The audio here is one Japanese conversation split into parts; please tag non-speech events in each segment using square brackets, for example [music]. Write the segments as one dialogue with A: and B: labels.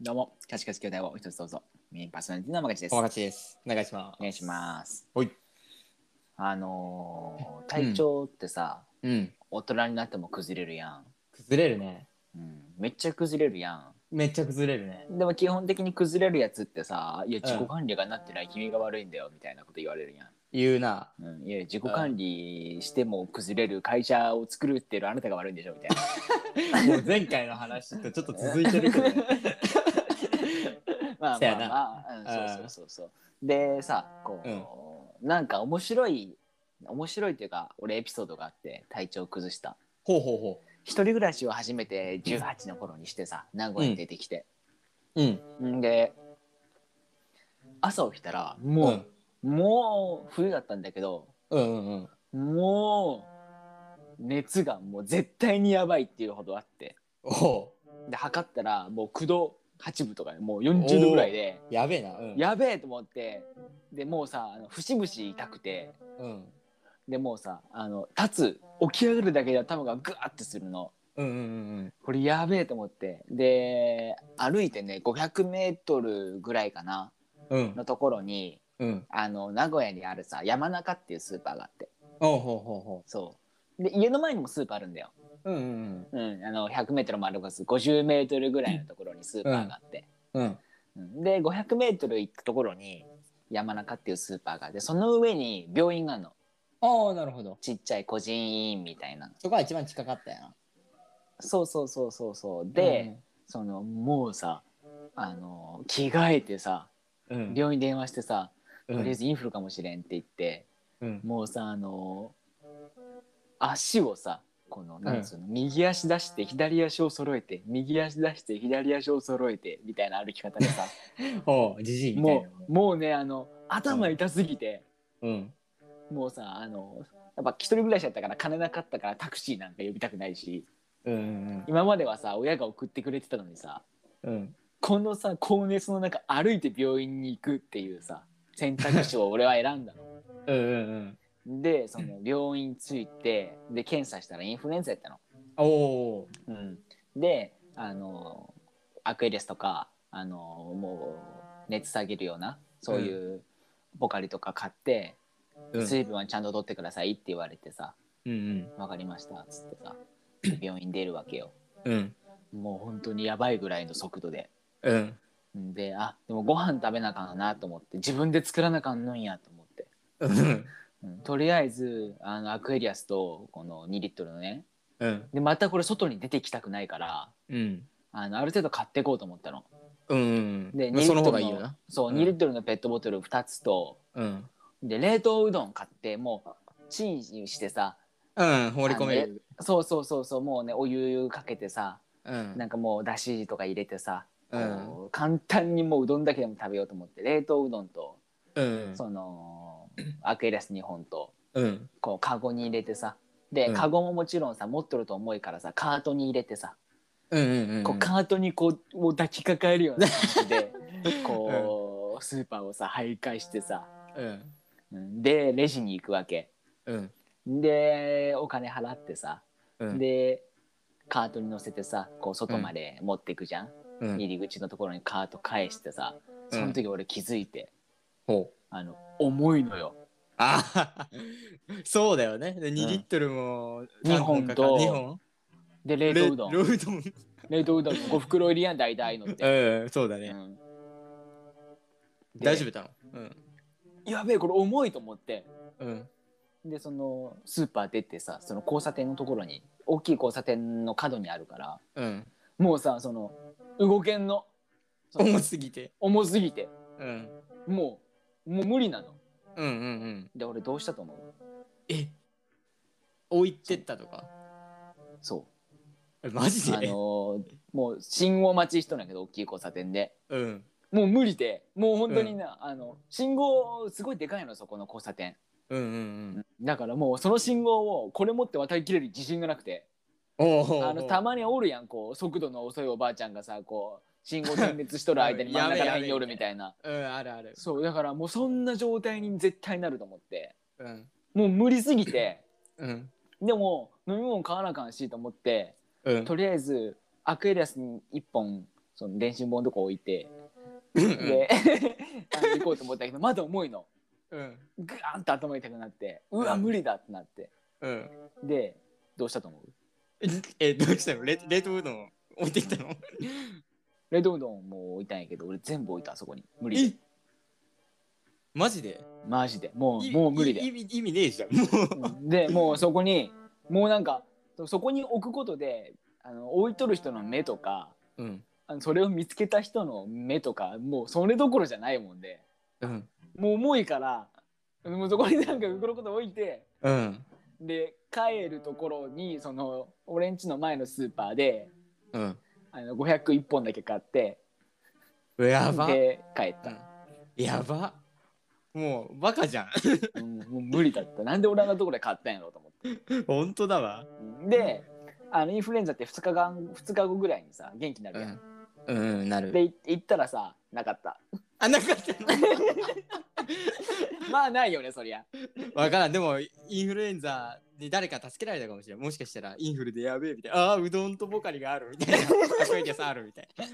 A: どうも、キャシカシ兄弟を一つどうぞ。メインパーソナリティの山口です。
B: お勝ちです。お願いします。
A: お願いします。
B: はい。
A: あのー体調ってさ、
B: うん。
A: 大人になっても崩れるや
B: 崩れるね。
A: ん。うん、めっちゃ崩れるや
B: めっちゃ崩れるね。
A: ん。でも基本的に崩れるやつってさ、いや、自己管理がなってない、君が悪いんだよ、みたいなこと言われるやん。
B: 言
A: [laughs]
B: うな。
A: うん、いや自己管理しても崩れる会社を作るってるあなたが悪いんでしょみたいな
B: もう前回の話とちょっと続いてるけ
A: [laughs]
B: ど、ね。
A: まあ
B: せ
A: ま
B: や
A: あまあ、うん、そうそうそうそうでさこう、なんか面白い面白いというか俺エピソードがあって体調崩した
B: ほうほうほ
A: 一人暮らしを初めて18の頃にしてさ名古屋に出てきて、
B: う。うん。
A: ん、で朝起きたらもう、もう冬だったんだけど
B: うん、うんうんうん。
A: もう熱がもう絶対にやばいっていうほどあって
B: おう
A: で測ったらもう9度8分とかでもう40度ぐらいで
B: やべえな。うん。
A: やべえと思ってでもうさあの節々痛くて
B: うん。
A: でもうさあの立つ起き上がるだけで頭がグワッてするの
B: うんうんうん
A: これやべえと思ってで歩いてね 500m ぐらいかな
B: うん。うん。
A: のところに
B: うん。
A: あの名古屋にあるさ山中っていうスーパーがあって
B: おうほうほうほ
A: そうで家の前にもスーパーあるんだよ、
B: う。うんうん
A: うん、あの 100m も歩かず 50m ぐらいのところにスーパーがあって、
B: うん。うん。
A: うんで 500m 行くところに山中っていうスーパーがあってその上に病院があるの
B: ああ、なるほど。
A: ちっちゃい個人医院みたいな
B: そこは一番近かったやな。
A: そうそうそうそうそうで、そのもうさあの着替えてさ
B: うん、うん。
A: 病院電話してさ、
B: うん
A: とりあえずインフルかもしれんって言って
B: うん。
A: もうさあの足をさこのなんつうの、右足出して左足を揃えて右足出して左足を揃えてみたいな歩き方で [laughs] さ
B: おう、じじいみたい
A: も
B: な。
A: うもうねあの頭痛すぎて、
B: うん。
A: もうさあのやっぱ一人暮らしだったから金なかったからタクシーなんか呼びたくないし
B: うんうん
A: 今まではさ親が送ってくれてたのにさ
B: うん。うん。
A: このさ高熱の中歩いて病院に行くっていうさ選択肢を俺は選んだの。
B: うんうんうん。
A: でその病院着いてで検査したらインフルエンザやったの。
B: お
A: う
B: う。
A: ん、であのアクエリアスとかあのもう熱下げるようなそういうポカリとか買って、
B: うん。
A: 水分はちゃんと取ってくださいって言われてさ、
B: うん
A: わかりましたっつってさ病院出るわけよ
B: うん。うん。
A: もう本当にやばいぐらいの速度で
B: うん。
A: んであでもご飯食べなあかんなと思って自分で作らなあかんのんやと思って、
B: うん。
A: うんとりあえずあのアクエリアスとこの2リットルのね
B: うん。
A: でまたこれ外に出てきたくないから
B: うん。
A: あのある程度買っていこうと思ったの
B: うん。
A: で
B: まあ
A: 2
B: その方が
A: リ
B: いい
A: ット
B: よ
A: ルの
B: な。
A: そう、
B: うん
A: 2リットルのペットボトル2つと
B: うん。
A: で冷凍うどん買ってもうチンしてさ
B: うん。放り込める。
A: そうそうそうそうもうねお湯かけてさ
B: うん。
A: なんかもうだしとか入れてさ、
B: うん
A: こう簡単にもううどんだけでも食べようと思って冷凍うどんと、
B: うん。
A: そのアクエリアス2本と
B: うん。
A: こうカゴに入れてさで、
B: うん
A: カゴももちろんさ持っとると重いからさカートに入れてさ、
B: うんうんうん。
A: こうカートにこうもう抱きかかえるような感じ
B: [laughs]
A: でこう、スーパーをさ徘徊してさ
B: うん。
A: うんでレジに行くわけ
B: うん。
A: でお金払ってさ、
B: うん。
A: でカートに乗せてさこう外まで持っていくじゃん
B: うん
A: 入り口のところにカート返してさ
B: うん
A: その時俺気づいて、
B: ほう。
A: あの重いのよ
B: ああ。そうだよね。で、2リットルも。
A: 二本と
B: 2本
A: で冷凍うど
B: レ
A: ん
B: 冷凍う
A: 冷凍うどん5袋入りやん大体のって、
B: どん。うん。そうだ
A: う
B: ね。
A: んで
B: 大丈夫だろ。うん。
A: やべえこれ重いと思って
B: うん。
A: でそのスーパー出てさその交差点のところに大きい交差点の角にあるから
B: うん。
A: もうさその動けんのその
B: 重すぎて。
A: 重すぎて
B: うん。
A: もうもう無理なの
B: うんうんうん。
A: で俺どうしたと思う
B: え置いてったとか
A: そう
B: えマジ
A: あの
B: で
A: ーもう信号待ちしとるんやけど大きい交差点で
B: うん。
A: もう無理でもう本当にな、あの信号すごいでかいのそこの交差点
B: うんうん
A: だからもうその信号をこれ持って渡りきれる自信がなくて
B: うん。おお。
A: あのたまにおるやんこう速度の遅いおばあちゃんがさこう信号点滅しとる間に真ん中らへんにおるみたいな
B: うん、あるある。
A: そうだからもうそんな状態に絶対なると思って
B: うん。
A: もう無理すぎて
B: うん。
A: でも飲み物買わなあかんしと思って
B: うん。
A: とりあえずアクエリアスに1本その練習本のとこ置いて、
B: うん
A: で [laughs] あの行こうと思ったけどまだ重いの
B: うん
A: グーンと頭痛くなってうわ無理だってなって
B: うん [laughs]
A: でどうしたと思う
B: えどうしたのレ冷凍うどん置いてきたの
A: レッドうどんも置いたんやけど俺全部置いたあそこに無理
B: えマジで
A: マジでもう
B: い
A: もう無理だ
B: い
A: よ
B: 意味意味ねえじゃんもう
A: うんでもうそこにもうなんかそこに置くことであの置いとる人の目とか
B: うん
A: あのそれを見つけた人の目とかもうそれどころじゃないもんで
B: うん
A: もう重いからもうそこになんか袋こと置いて
B: うん
A: で帰るところにその俺んちの前のスーパーで
B: うん
A: あの501本だけ買って
B: うわやば、
A: で帰った、
B: うんやばもうバカじゃん [laughs]
A: うんもう無理だったなんで俺あんなところで買ったんやろうと思って
B: 本当だわ
A: うんであのインフルエンザって2日間二日後ぐらいにさ元気になる
B: う
A: やん、
B: んうんな
A: で
B: る
A: い行ったらさなかった
B: あなかったの
A: まあないよねそり
B: [laughs]
A: ゃ
B: わからんでもインフルエンザで誰か助けられたかもしれんもしかしたらインフルでやべえみたいなあーうどんとポカリがあるみたいなたこ焼き屋さんあるみたいな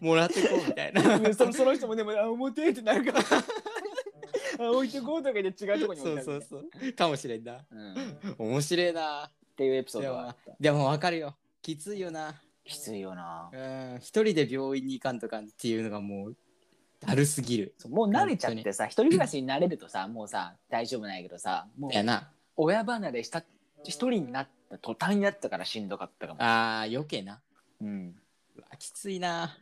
B: もらってこうみたいな
A: でそのその人もでも「あ重てえ」ってなるから [laughs] あ置いてこうとかで違うとこに置
B: そ
A: いうてある
B: そ
A: ね
B: うそうかもしれんな
A: うんっ
B: 面白いな
A: ていうエピソードがあった
B: でもわかるよきついよな
A: きついよな
B: うん一人で病院に行かんとかんっていうのがもうだるすぎる
A: そうもう慣れちゃってさ一人暮らしになれるとさもうさ大丈夫なんやけどさもう
B: やな
A: 親離れした一人になった途端になったからしんどかったかも、
B: あー余計な
A: うん、
B: うわきついな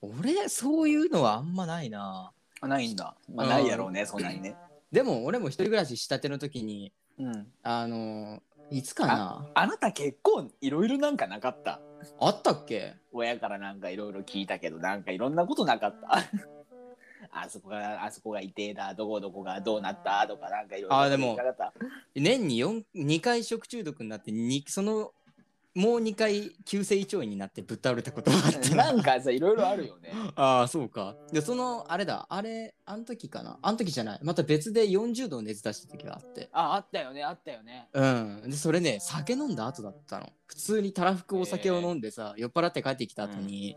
B: 俺そういうのはあんまないな
A: あないんだ、まあ、
B: うん
A: ないやろうね、そんなにね、
B: でも俺も一人暮らししたての時に
A: うん、
B: あのーいつかな
A: あなた結構いろいろなんかなかった
B: あったっけ
A: 親からなんかいろいろ聞いたけどなんかいろんなことなかったあそこがあそこがいてえだどこどこがどうなったとかなんかいろいろ
B: あーでも
A: 聞いたかった
B: 年に4 2回食中毒になってにそのもう2回急性胃腸炎になってぶっ倒れたことがあって
A: な
B: な
A: んかさいろいろあるよね
B: ああそうかでそのあれだあれあの時かなあの時じゃないまた別で40度の熱出した時があって
A: ああったよねあったよね
B: うんでそれね酒飲んだ後だったの普通にたらふくお酒を飲んでさ、酔っ払って帰ってきた後に、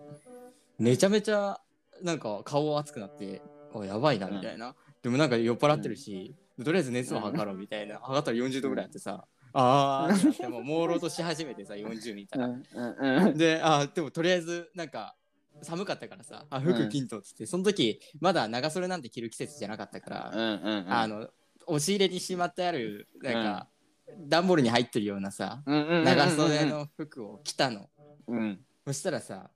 B: めちゃめちゃなんか顔熱くなってあやばいなみたいな、でもなんか酔っ払ってるし、とりあえず熱を測ろうみたいな、測ったら40度ぐらいあってさ、ああってなってもう朦朧とし始めてさ40みたいな
A: うんうんうん
B: であでもとりあえずなんか寒かったからさあ
A: う
B: 服
A: ん
B: 金とっつって、その時まだ長袖なんて着る季節じゃなかったから、
A: うんうんうん
B: あの押し入れにしまってあるなんか、段ボールに入ってるようなさ
A: うんうんうんうん
B: 長袖の服を着たの、
A: うん
B: そしたらさ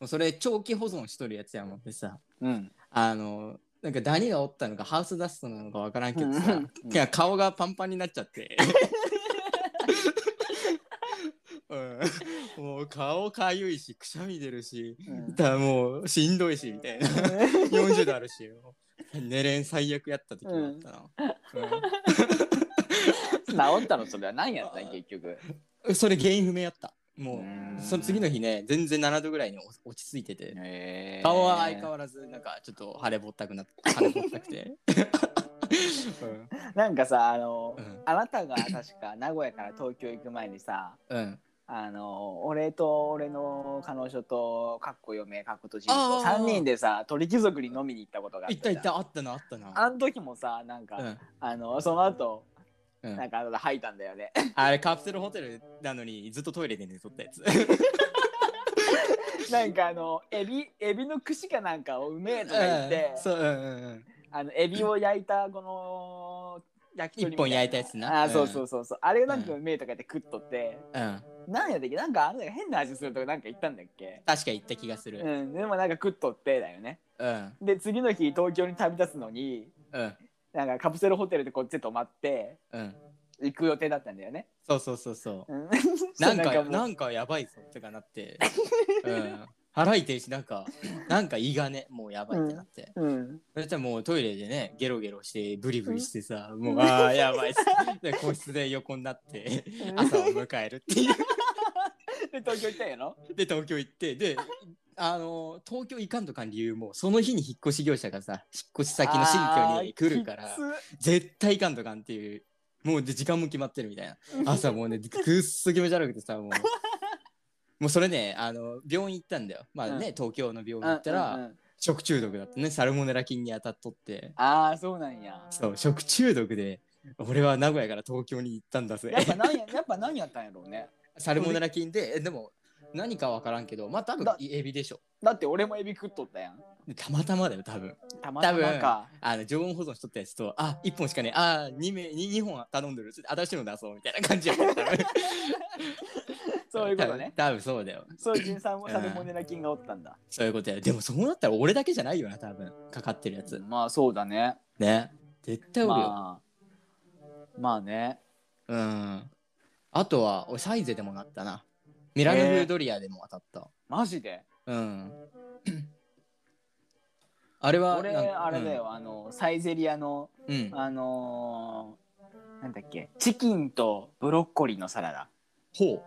B: もうそれ長期保存しとるやつやもんでさ
A: うん
B: あのなんかダニがおったのかハウスダストなのかわからんけどさ、
A: うん
B: いや顔がパンパンになっちゃって。うん、もう顔かゆいしくしゃみ出るし
A: うん
B: だもうしんどいしみたい
A: [laughs]
B: な40度あるしもう寝れん最悪やった時もあったな、
A: 治ったのそれは何やったん結局
B: うんそれ原因不明やった
A: う
B: もうんその次の日ね全然7度ぐらいにお落ち着いてて
A: へー
B: 顔は相変わらずなんかちょっと腫れぼったく [laughs] なっ腫れぼったくて、うん
A: なんかさあの、
B: うん
A: あなたが確か名古屋から東京行く前にさ
B: うん、
A: あの俺と俺の彼女とかっこ嫁かっことじと
B: あー
A: 3人でさ鳥貴族に飲みに行ったことがあ
B: いったいっ
A: じゃん
B: たあったなあったな
A: あの時もさなんか、
B: うん
A: あのその後
B: うん
A: なんかあなた吐いたんだよね [laughs]
B: あれカプセルホテルなのにずっとトイレで寝 [laughs] とったやつ。
A: なんかあのエビエビの串かなんかをうめえとか言って、
B: そう、うんうんうん。
A: あのエビを焼いたこの焼き鳥み
B: 一本焼いたやつな
A: あー
B: うん
A: そうそうそうそうあれなんかうめえとか言って食っとって、
B: うん、
A: なんやでっけなんかあれ変な味するとかなんか言ったんだっけ
B: 確か言った気がす
A: う
B: る。
A: んでもなんか食っとってだよね
B: うん、
A: で次の日東京に旅立つのに
B: うん、
A: なんかカプセルホテルでこっちで泊まって
B: うん。
A: 行く予定だったんだよね、
B: そうそうそうそう [laughs]
A: うん
B: う。なん
A: そう
B: か、
A: も
B: な
A: うん
B: かやばいぞってかなって。うん。腹痛いし、なんか、 [coughs] なんか胃がね、もうやばいってなって。
A: うん
B: そしたらもうトイレでね、ゲロゲロして、ブリブリしてさ、もう、あ
A: [laughs]
B: あ、やばいっす。で、個室で横になって、
A: [laughs]
B: 朝を迎えるっていう。
A: で東京行ったんやろ
B: で、東京行って、で、あの東京行かんとかん理由もその日に引っ越し業者がさ引っ越し先の新居に来るから
A: あーきつ
B: 絶対いかんとかんっていう
A: [laughs]
B: もうで時間も決まってるみたいな朝もうねぐっそ気持ち悪くてさもうもうそれねあの病院行ったんだよまあね、東京の病院行ったら、
A: うんうんうん
B: 食中毒だったねサルモネラ菌に当たっとって
A: ああそうなんや
B: そう食中毒で俺は名古屋から東京に行ったんだぜ
A: や [laughs] っぱ何ややっぱ何やったんやろうね
B: サルモネラ菌でえでも何かわからんけどまあ多分
A: だ
B: エビでしょ
A: だって俺もエビ食っとったやん
B: でたまたまだよ多分
A: たまたまか
B: あの常温保存しとったやつとあ1本しかねあ2名二二本頼んでるちょっと新しいの出そうみたいな感じやった多分
A: [laughs] そういうことね
B: 多分多分そうだよ
A: そういう人さんもサルモネラ菌がおったんだ、
B: そういうことやでもそうなったら俺だけじゃないよな多分かかってるやつ
A: まあそうだね
B: ね絶対おるよ、
A: まあまあね
B: うんあとは俺サイゼでもなったなミラノフドリアでも当たった、
A: マジで
B: うん。 [coughs] あれは
A: 俺
B: なんか
A: あれだよ、あのサイゼリアの
B: うん。うん
A: あのーなんだっけチキンとブロッコリーのサラダ
B: ほう。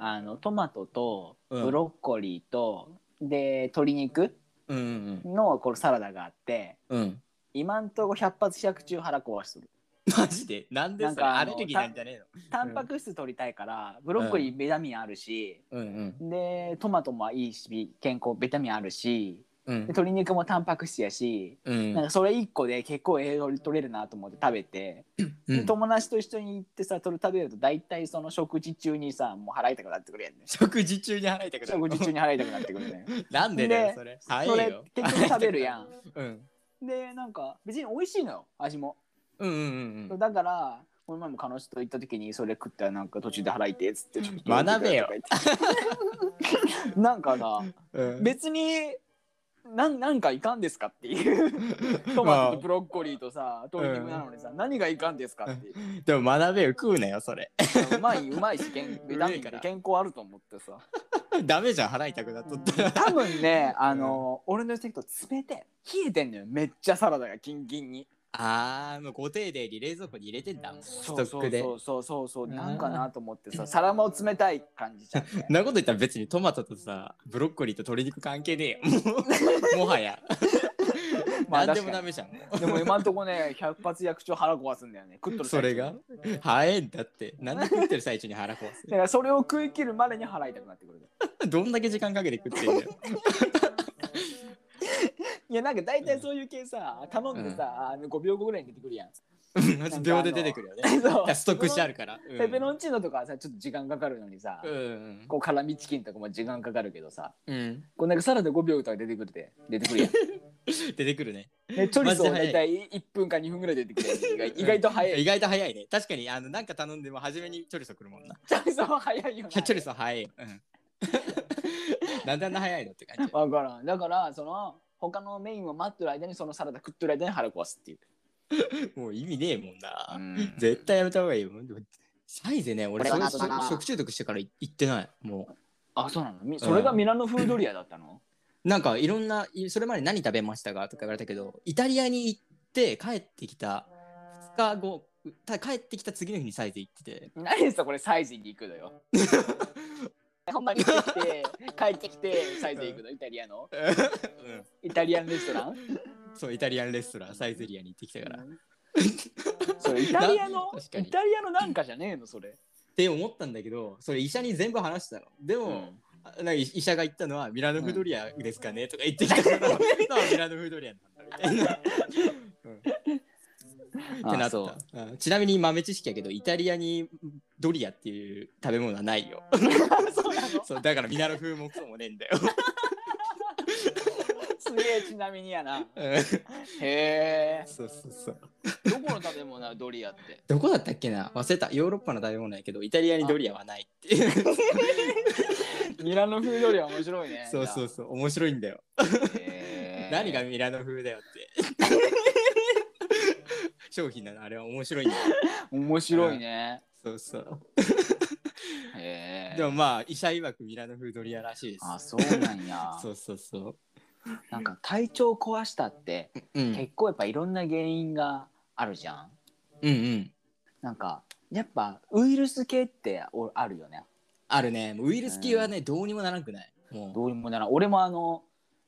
A: あのトマトと
B: うん
A: ブロッコリーと、で鶏肉
B: うんうん
A: のこのサラダがあって
B: うん。うん。
A: 今んとこ100発100中腹壊しとる
B: マジでなんで
A: なん
B: そ
A: かあ
B: れ
A: の
B: アレルギーなんじゃねえの
A: タンパク質取りたいからブロッコリービタミンあるし、
B: うん
A: でトマトもいいし健康ビタミンあるし
B: うん。う
A: で
B: ん。
A: 鶏肉もタンパク質やし、
B: うん
A: なんかそれ1個で結構栄養取れるなと思って食べて、
B: う
A: で
B: ん。
A: 友達と一緒に行ってさそれ食べると大体その食事中にさもう腹痛くなってくる
B: [laughs]
A: やんね
B: [laughs] 食事中に払いたくなる
A: 食事中に腹痛くなってくるね
B: [laughs] なんでだよそれ。
A: そ
B: 早い
A: れ
B: よ。
A: 結局食べるやん
B: [laughs] うん。
A: でなんか別に美味しいのよ味も
B: うんうんうん。
A: だからこの前も彼女と行った時にそれ食ったらなんか途中で腹痛いっつってちょっと
B: 学べよ
A: [laughs] なんかな
B: うん
A: 別になんなんかいかんですかっていうトマトとブロッコリーとさ鶏肉なのにさ、何がいかんですかっていう
B: でも学べよ食うなよそれ。 [laughs]
A: うまいうまいし健ビタミンで健康あると思ってさ
B: ダメじゃん払いたくなっとったら。
A: 多分ねあの、俺の席と冷てえ冷えてんのよめっちゃサラダがキンキンに
B: [laughs] ああもうご丁寧に冷蔵庫に入れてんだもん。ス
A: そ
B: ト
A: うそ
B: ック
A: う
B: で。
A: そうそうそうそう
B: うん、
A: なんかなと思ってさ皿も冷たい感じじゃん、ね
B: なこと言ったら別にトマトとさブロッコリーと鶏肉関係
A: [laughs]
B: ねえよもうもはや
A: まあ
B: 何で
A: 確
B: も
A: か
B: ダ
A: に
B: メじゃんも
A: でも今んとこね100発役中腹壊すんだよね食っと
B: う
A: る
B: そ
A: 最中
B: れが早えんだって何で食ってる最中に腹壊
A: だからそれを食い切るまでに腹痛くなってくる
B: すどんだけ時間かけて食って
A: [laughs]
B: んだよ
A: いやなんか大体そういう系さ頼んでさ、あの5秒後ぐらいに出てくる
B: [laughs]
A: やん
B: 秒で出てくるよねだ
A: そ
B: からストックしてあ
A: る
B: るからうん
A: ペペロンチーノとかはさちょっと時間かかるのにさ、
B: うん
A: こう辛味チキンとかも時間かかるけどさ
B: うん
A: こうなんかサラダ5秒とか出てくるで出てくるやん
B: 出てくるね
A: ね、チョリソー
B: マジ
A: 大
B: で早
A: 体1分か2分ぐらい出てくる意外意外と早
B: 意
A: い
B: 外と早いね確かにあのなんか頼んでも初めにチョリソー来るもんな
A: チョリソーは早いよ
B: チ
A: な
B: ョリソー早いようん [laughs] なんであんな早いのって感じ
A: わからんだからその他のメインを待ってる間にそのサラダ食ってる間に腹壊すっていう、
B: もう意味ねえもんな
A: うん
B: 絶対やめた方がいいよ。でもサイゼね、俺
A: これは
B: そ
A: ななな
B: 食中毒してからい行ってない。も
A: あそうなのみそれがミラノフードリアだった
B: [laughs]
A: の、
B: う。なんかいろんな、いそれまで何食べましたかとか言われたけど、イタリアに行って帰ってきた2日後、た帰ってきた次の日にサイゼ行ってて。
A: 何ですかこれサイズに行くの
B: [laughs]
A: よほんまに行ってきて帰ってきてサイズ行くのイタリアの
B: うん
A: イタリアンレストラン
B: そう、イタリアンレストラン、サイゼリアに行ってきたから。っ
A: それイタリアの
B: な確か
A: イ
B: に
A: タリアのなんかじゃねえのそれ、
B: て思ったんだけど、それ医者に全部話したの。で
A: う
B: も、あなんか医医者が言ったのは、ミラノフドリアですかね、とか言ってきたから、 [laughs] なんかミラノフドリアなんだみたいな。うん [laughs] ってな
A: あ
B: っ
A: そう [laughs]
B: た、うんちなみに豆知識やけどイタリアにドリアっていう食べ物はないよ
A: そうなの
B: そうだからミナロ風もクソもねえんだよ [laughs]
A: すげえちなみにやな
B: うん
A: へえ
B: そうそうそう
A: どこの食べ物なのドリアって
B: どこだったっけな忘れたヨーロッパの食べ物やけどイタリアにドリアはないっていう
A: ミラノ風ドリア面白いね
B: そうそうそう面白いんだよ、
A: へー
B: 何がミラノ風だよって [laughs] 商品なのあれは面白いんだよ
A: 面白いね、
B: そうそう
A: へえ
B: でもまあ医者曰くミラノ風ドリアらしいです
A: あそうなんや
B: そうそうそう
A: なんか体調壊したって
B: うん
A: 結構やっぱいろんな原因があるじゃん
B: うんうん
A: なんかやっぱウイルス系っておあるよね
B: あるねもうウイルス系はね、どうにもならんくないもう
A: どうにもならん俺もあの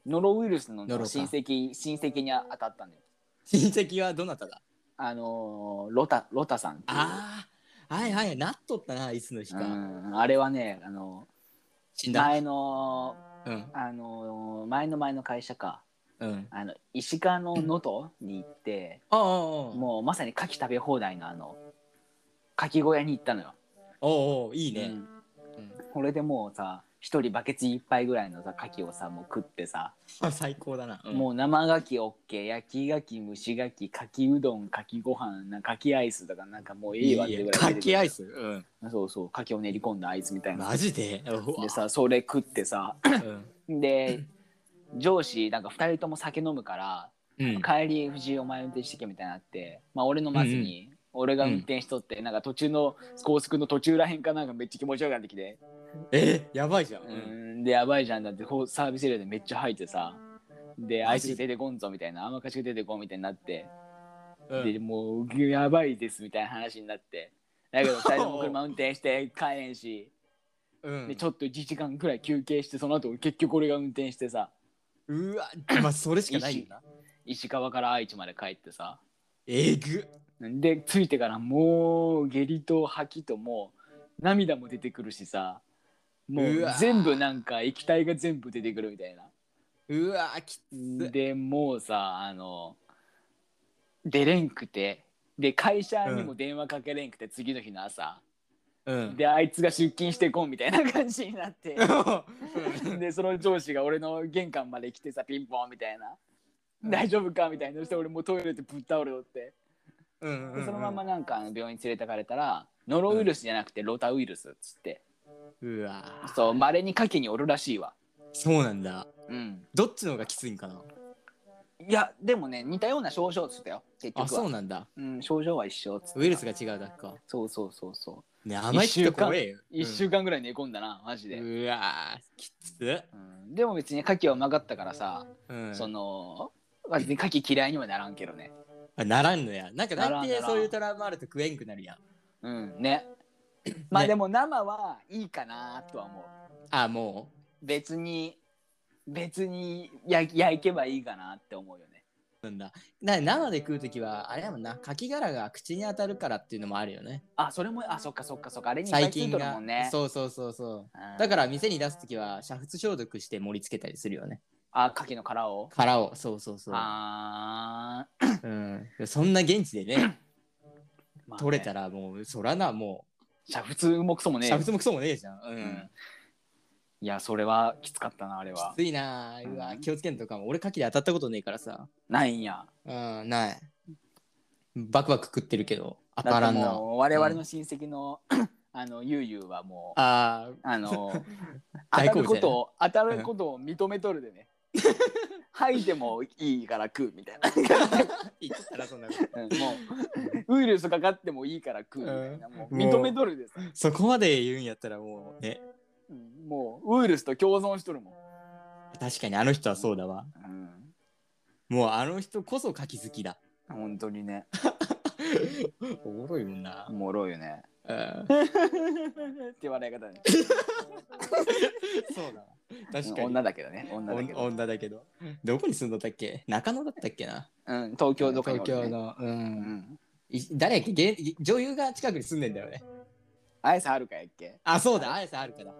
A: ノロウイルスの
B: ノロか
A: 親戚親戚に当たったんだよ
B: 親戚はどなただ
A: あのーロタロタさんっていう
B: ああはいはいなっとったないつの日
A: う
B: か、
A: んあれはねあの
B: 死んだ。
A: 前の
B: うん。
A: あのー前の前の会社か
B: うん。
A: あの石川の能登に行って、
B: ああ、ああ、
A: もうまさに牡蠣食べ放題のあの牡蠣小屋に行ったのよ。
B: おうおう、いいね
A: う。んこれでもうさ一人バケツ一杯ぐらいのさ牡蠣をさもう食ってさ、
B: うん、 [laughs] 最高だな。うん
A: もう生牡蠣オッケー焼き牡蠣蒸し牡蠣牡蠣うどん牡蠣ご飯なんか牡蠣アイスとかなんかもういいわってぐらい
B: か
A: 出てくる
B: きアイスうん。
A: そうそう牡蠣を練り込んだアイスみたいな
B: マジでうわ
A: でさそれ食ってさ
B: うん。
A: で上司なんか2人とも酒飲むから
B: うん。
A: 帰り藤井お前運転してけみたいになって、まあ、俺のマスに、俺が運転しとって、なんか途中の高速の途中らへんかなんかめっちゃ気持ちよくなってきて、
B: えー、やばいじゃん。
A: うーんでやばいじゃんだってこうサービスエリアでめっちゃ吐いてさであ
B: マ
A: いつ
B: ジ
A: 出てこんぞみたいなあんまかしく出てこんみたいになって、
B: うん
A: でもうやばいですみたいな話になってだけど2人とも車運転して帰れんし
B: うん
A: でちょっと1時間くらい休憩してその後結局俺が運転してさ
B: うわ、まあ、それしかないよ
A: [coughs]
B: な。
A: 石川から愛知まで帰ってさ
B: えぐ。
A: で着いてからもう下痢と吐きともう涙も出てくるしさも
B: う
A: う
B: わ
A: 全部なんか液体が全部出てくるみたいな。
B: うわ、きつ。
A: でもうさあの出れんくてで会社にも電話かけれんくて、次の日の朝
B: うん。
A: であいつが出勤してこんみたいな感じになって
B: [laughs] うん
A: でその上司が俺の玄関まで来てさピンポンみたいな「大丈夫か?」みたいなそして俺もうトイレでぶっ倒れおって
B: うんうん
A: でそのままなんかあの病院連れてかれたらノロウイルスじゃなくてロタウイルスっつって
B: うわ
A: そうまれにかけにおるらしいわ
B: そうなんだ
A: うん
B: どっちの方がきついんかない
A: やでもね似たような症状っつったよ結局は
B: あそうなんだ
A: うん、症状は一緒っつって
B: ウイルスが違うだっか
A: そうそうそうそう。
B: ね甘いってとこ怖えよ
A: 一週間ぐらい寝込んだな、マジで。
B: うんうわきつ
A: うんでも別に牡蠣はうまかったからさ、
B: うん
A: その、別に牡蠣嫌いにはならんけどね。
B: あならんのやなんか
A: な
B: だ
A: ら
B: っ
A: んな
B: て
A: らん
B: そういうトラウマあると食えんくなるやん
A: うん、ね。まあ
B: ね
A: でも生はいいかなとは思う。
B: あも
A: 別に、別に焼き焼けばいいかなって思うよね。
B: うなんだな生で食う時はあれやもんなカキ殻が口に当たるからっていうのもあるよね
A: あ、それも、あ、そっかそっかそっか、あれにいっぱ
B: 細
A: いつい
B: 菌
A: とる
B: が
A: もんね。
B: そうそうそうそう
A: うん
B: だから店に出す時は煮沸消毒して盛り付けたりするよね
A: あ、牡蠣の殻を。
B: 殻をそうそうそう、
A: あ
B: うん、そんな現地でね
A: ー、まあね
B: 取れた。らもうそらなも
A: じゃあ普通もクソも
B: う
A: ねえ
B: 煮
A: よ。
B: 沸もクソもねえじゃん、う
A: うんん、いや、それはきつかったな、あれ
B: き
A: は。
B: ついなあうわ
A: うん
B: 気をつけんとかも俺牡蠣で当たったことねえからさ
A: ないんや。
B: うんないバクバク食ってるけど当
A: だ
B: た
A: っ
B: ら
A: て
B: んな
A: もう我々の親戚の、あのゆうゆうはもうあ
B: あー [laughs]
A: の当
B: 大
A: た
B: 好物
A: ることを当たることを認めとるでね [laughs] 吐いてもいいから食うみたい
B: 言ってたらそんなこと
A: な、うんもうウイルスかかってもいいから食うみたいな、もう認めとるでさ、
B: [laughs] そこまで言うんやったらもうね
A: うんもうウイルスと共存しとるもん、
B: 確かにあの人はそうだわ
A: うん、
B: もうあの人こそ牡蠣好きだ
A: 本当にね
B: おもろいもんな
A: お、もろいよ [laughs] ね
B: うん、
A: って笑い方ね
B: そうだわ確かに
A: 女だけどね女だけ
B: お
A: ど、
B: 女だけどどこに住んどったっけ中野だったっけな
A: うん、東京どこにおるね
B: 東京のう
A: うんん、
B: い誰やっけ芸女優が近くに住んでんだよね
A: 綾瀬はるかやっけ
B: あそうだ綾瀬はる [laughs] かだ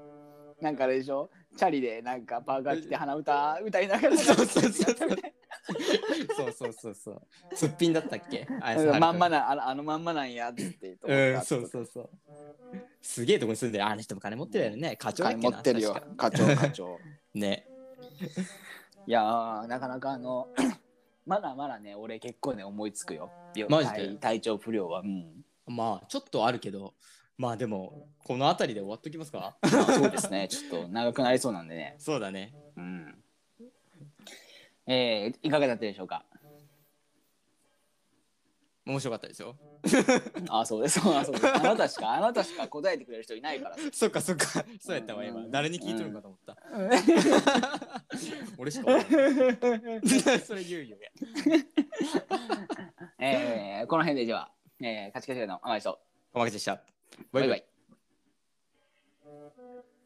A: なんかあれでしょチャリでなんかパーカー着て鼻歌歌いながら
B: そうそうそうそうそうそうそうそうすっぴんだったっけ綾瀬は
A: [laughs]
B: るか
A: まんまなあのあのまんまなんやって言って
B: うんそう
A: う
B: そうそうすげえとこに住んでるあの人も金持ってるよね課長だっけ
A: 金
B: な
A: 持ってるよ
B: 確
A: 課
B: か
A: 長
B: [laughs]
A: 課長
B: ね
A: いやーなかなかあの [clears throat] まだまだね俺結構ね思いつくよ
B: マジで
A: 体体調不良はうん
B: まあちょっとあるけどまあでもこの辺りで終わっときますか [laughs]
A: まあそうですねちょっと長くなりそうなんでね
B: そうだね
A: うんえー、いかがだったでしょうか
B: 面白かったでしょ
A: あそうです [laughs] そうあそうですあなたしかあなたしか答えてくれる人いないからさ
B: そっかそっかそうやったわ今
A: うん
B: 誰に聞いとるんかと思った [laughs] 俺しか [laughs] それ言うよね
A: えー、この辺でじゃあ、えー、カチカチの甘い人
B: おまけでした
A: バ
B: バ
A: イ
B: イバ
A: バ
B: イ
A: イ